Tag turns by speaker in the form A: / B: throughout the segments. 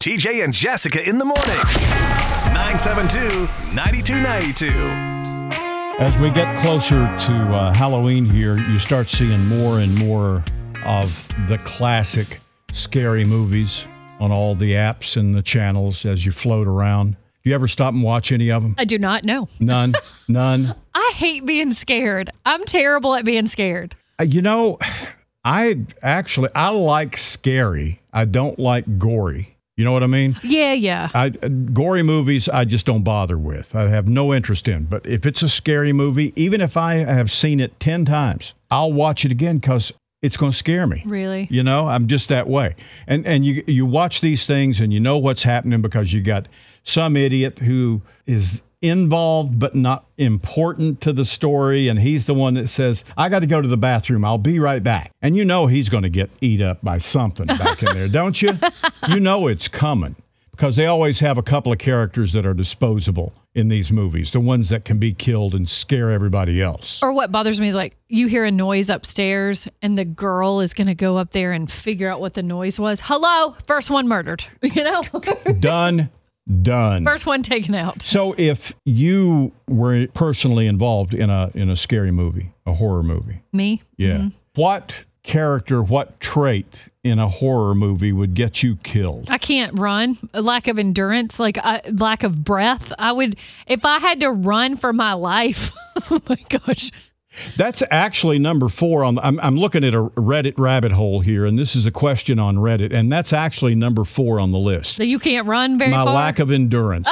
A: TJ and Jessica in the morning. 972 9292.
B: As we get closer to uh, Halloween here, you start seeing more and more of the classic scary movies on all the apps and the channels as you float around. Do you ever stop and watch any of them?
C: I do not know.
B: None. None.
C: I hate being scared. I'm terrible at being scared.
B: Uh, You know, I actually I like scary. I don't like gory. You know what I mean?
C: Yeah, yeah.
B: I gory movies I just don't bother with. I have no interest in. But if it's a scary movie, even if I have seen it 10 times, I'll watch it again cuz it's going to scare me.
C: Really?
B: You know, I'm just that way. And and you you watch these things and you know what's happening because you got some idiot who is involved but not important to the story and he's the one that says I got to go to the bathroom I'll be right back and you know he's going to get eat up by something back in there don't you you know it's coming because they always have a couple of characters that are disposable in these movies the ones that can be killed and scare everybody else
C: Or what bothers me is like you hear a noise upstairs and the girl is going to go up there and figure out what the noise was. Hello, first one murdered, you know?
B: done done
C: first one taken out.
B: So if you were personally involved in a in a scary movie, a horror movie,
C: Me?
B: yeah, what character, what trait in a horror movie would get you killed?
C: I can't run. A lack of endurance, like I, lack of breath. I would, if I had to run for my life, oh my gosh.
B: That's actually number four on. I'm, I'm looking at a Reddit rabbit hole here, and this is a question on Reddit, and that's actually number four on the list.
C: That you can't run very
B: My
C: far.
B: lack of endurance.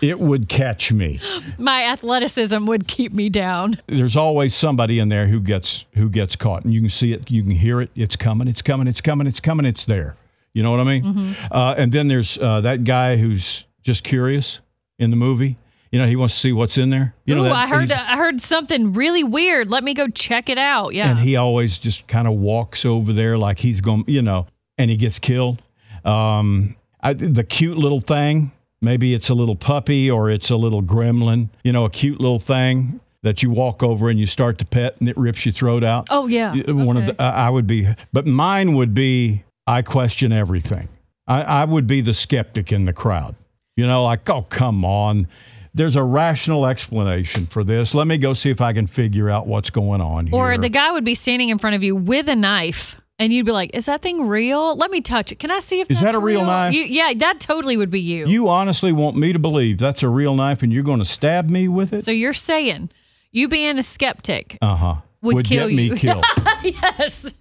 B: It would catch me.
C: my athleticism would keep me down.
B: There's always somebody in there who gets who gets caught, and you can see it, you can hear it. It's coming, it's coming, it's coming, it's coming, it's there. You know what I mean?
C: Mm-hmm.
B: Uh, and then there's uh, that guy who's just curious in the movie. You know, he wants to see what's in there. You know,
C: Ooh,
B: that-
C: I heard
B: he's-
C: I heard something really weird. Let me go check it out. Yeah.
B: and he always just kind of walks over there like he's going, you know, and he gets killed. Um, I, the cute little thing, maybe it's a little puppy or it's a little gremlin, you know, a cute little thing that you walk over and you start to pet and it rips your throat out.
C: oh yeah.
B: Y- One of the, I I would be, but mine would be, I question everything. I, I would be the skeptic in the crowd. You know, like, oh, come on. There's a rational explanation for this. Let me go see if I can figure out what's going on
C: Or
B: here.
C: the guy would be standing in front of you with a knife, and you'd be like, "Is that thing real? Let me touch it. Can I see if
B: Is that
C: that's
B: a real knife?
C: You, yeah, that totally would be you.
B: You honestly want me to believe that's a real knife and you're going to stab me with it?
C: So you're saying you being a skeptic
B: Uh huh.
C: Would kill
B: get me
C: you.
B: killed.
C: yes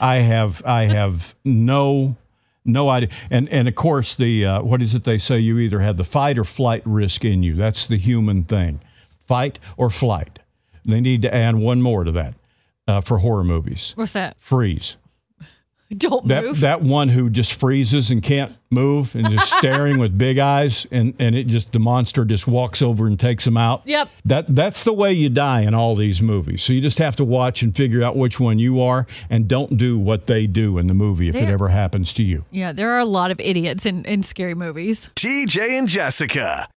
B: I have I have no no idea. And and of course the uh, what is it they say? You either have the fight or flight risk in you. That's the human thing, fight or flight. They need to add one more to that uh, for horror movies.
C: what's that?
B: Freeze.
C: Don't
B: That
C: move.
B: that one who just freezes and can't move and just staring with big eyes and and it just the monster just walks over and takes him out.
C: Yep.
B: That that's the way you die in all these movies. So you just have to watch and figure out which one you are and don't do what they do in the movie if it
C: Yeah.
B: ever happens to you.
C: yeah, there are a lot of idiots in in scary movies.
A: TJ and Jessica.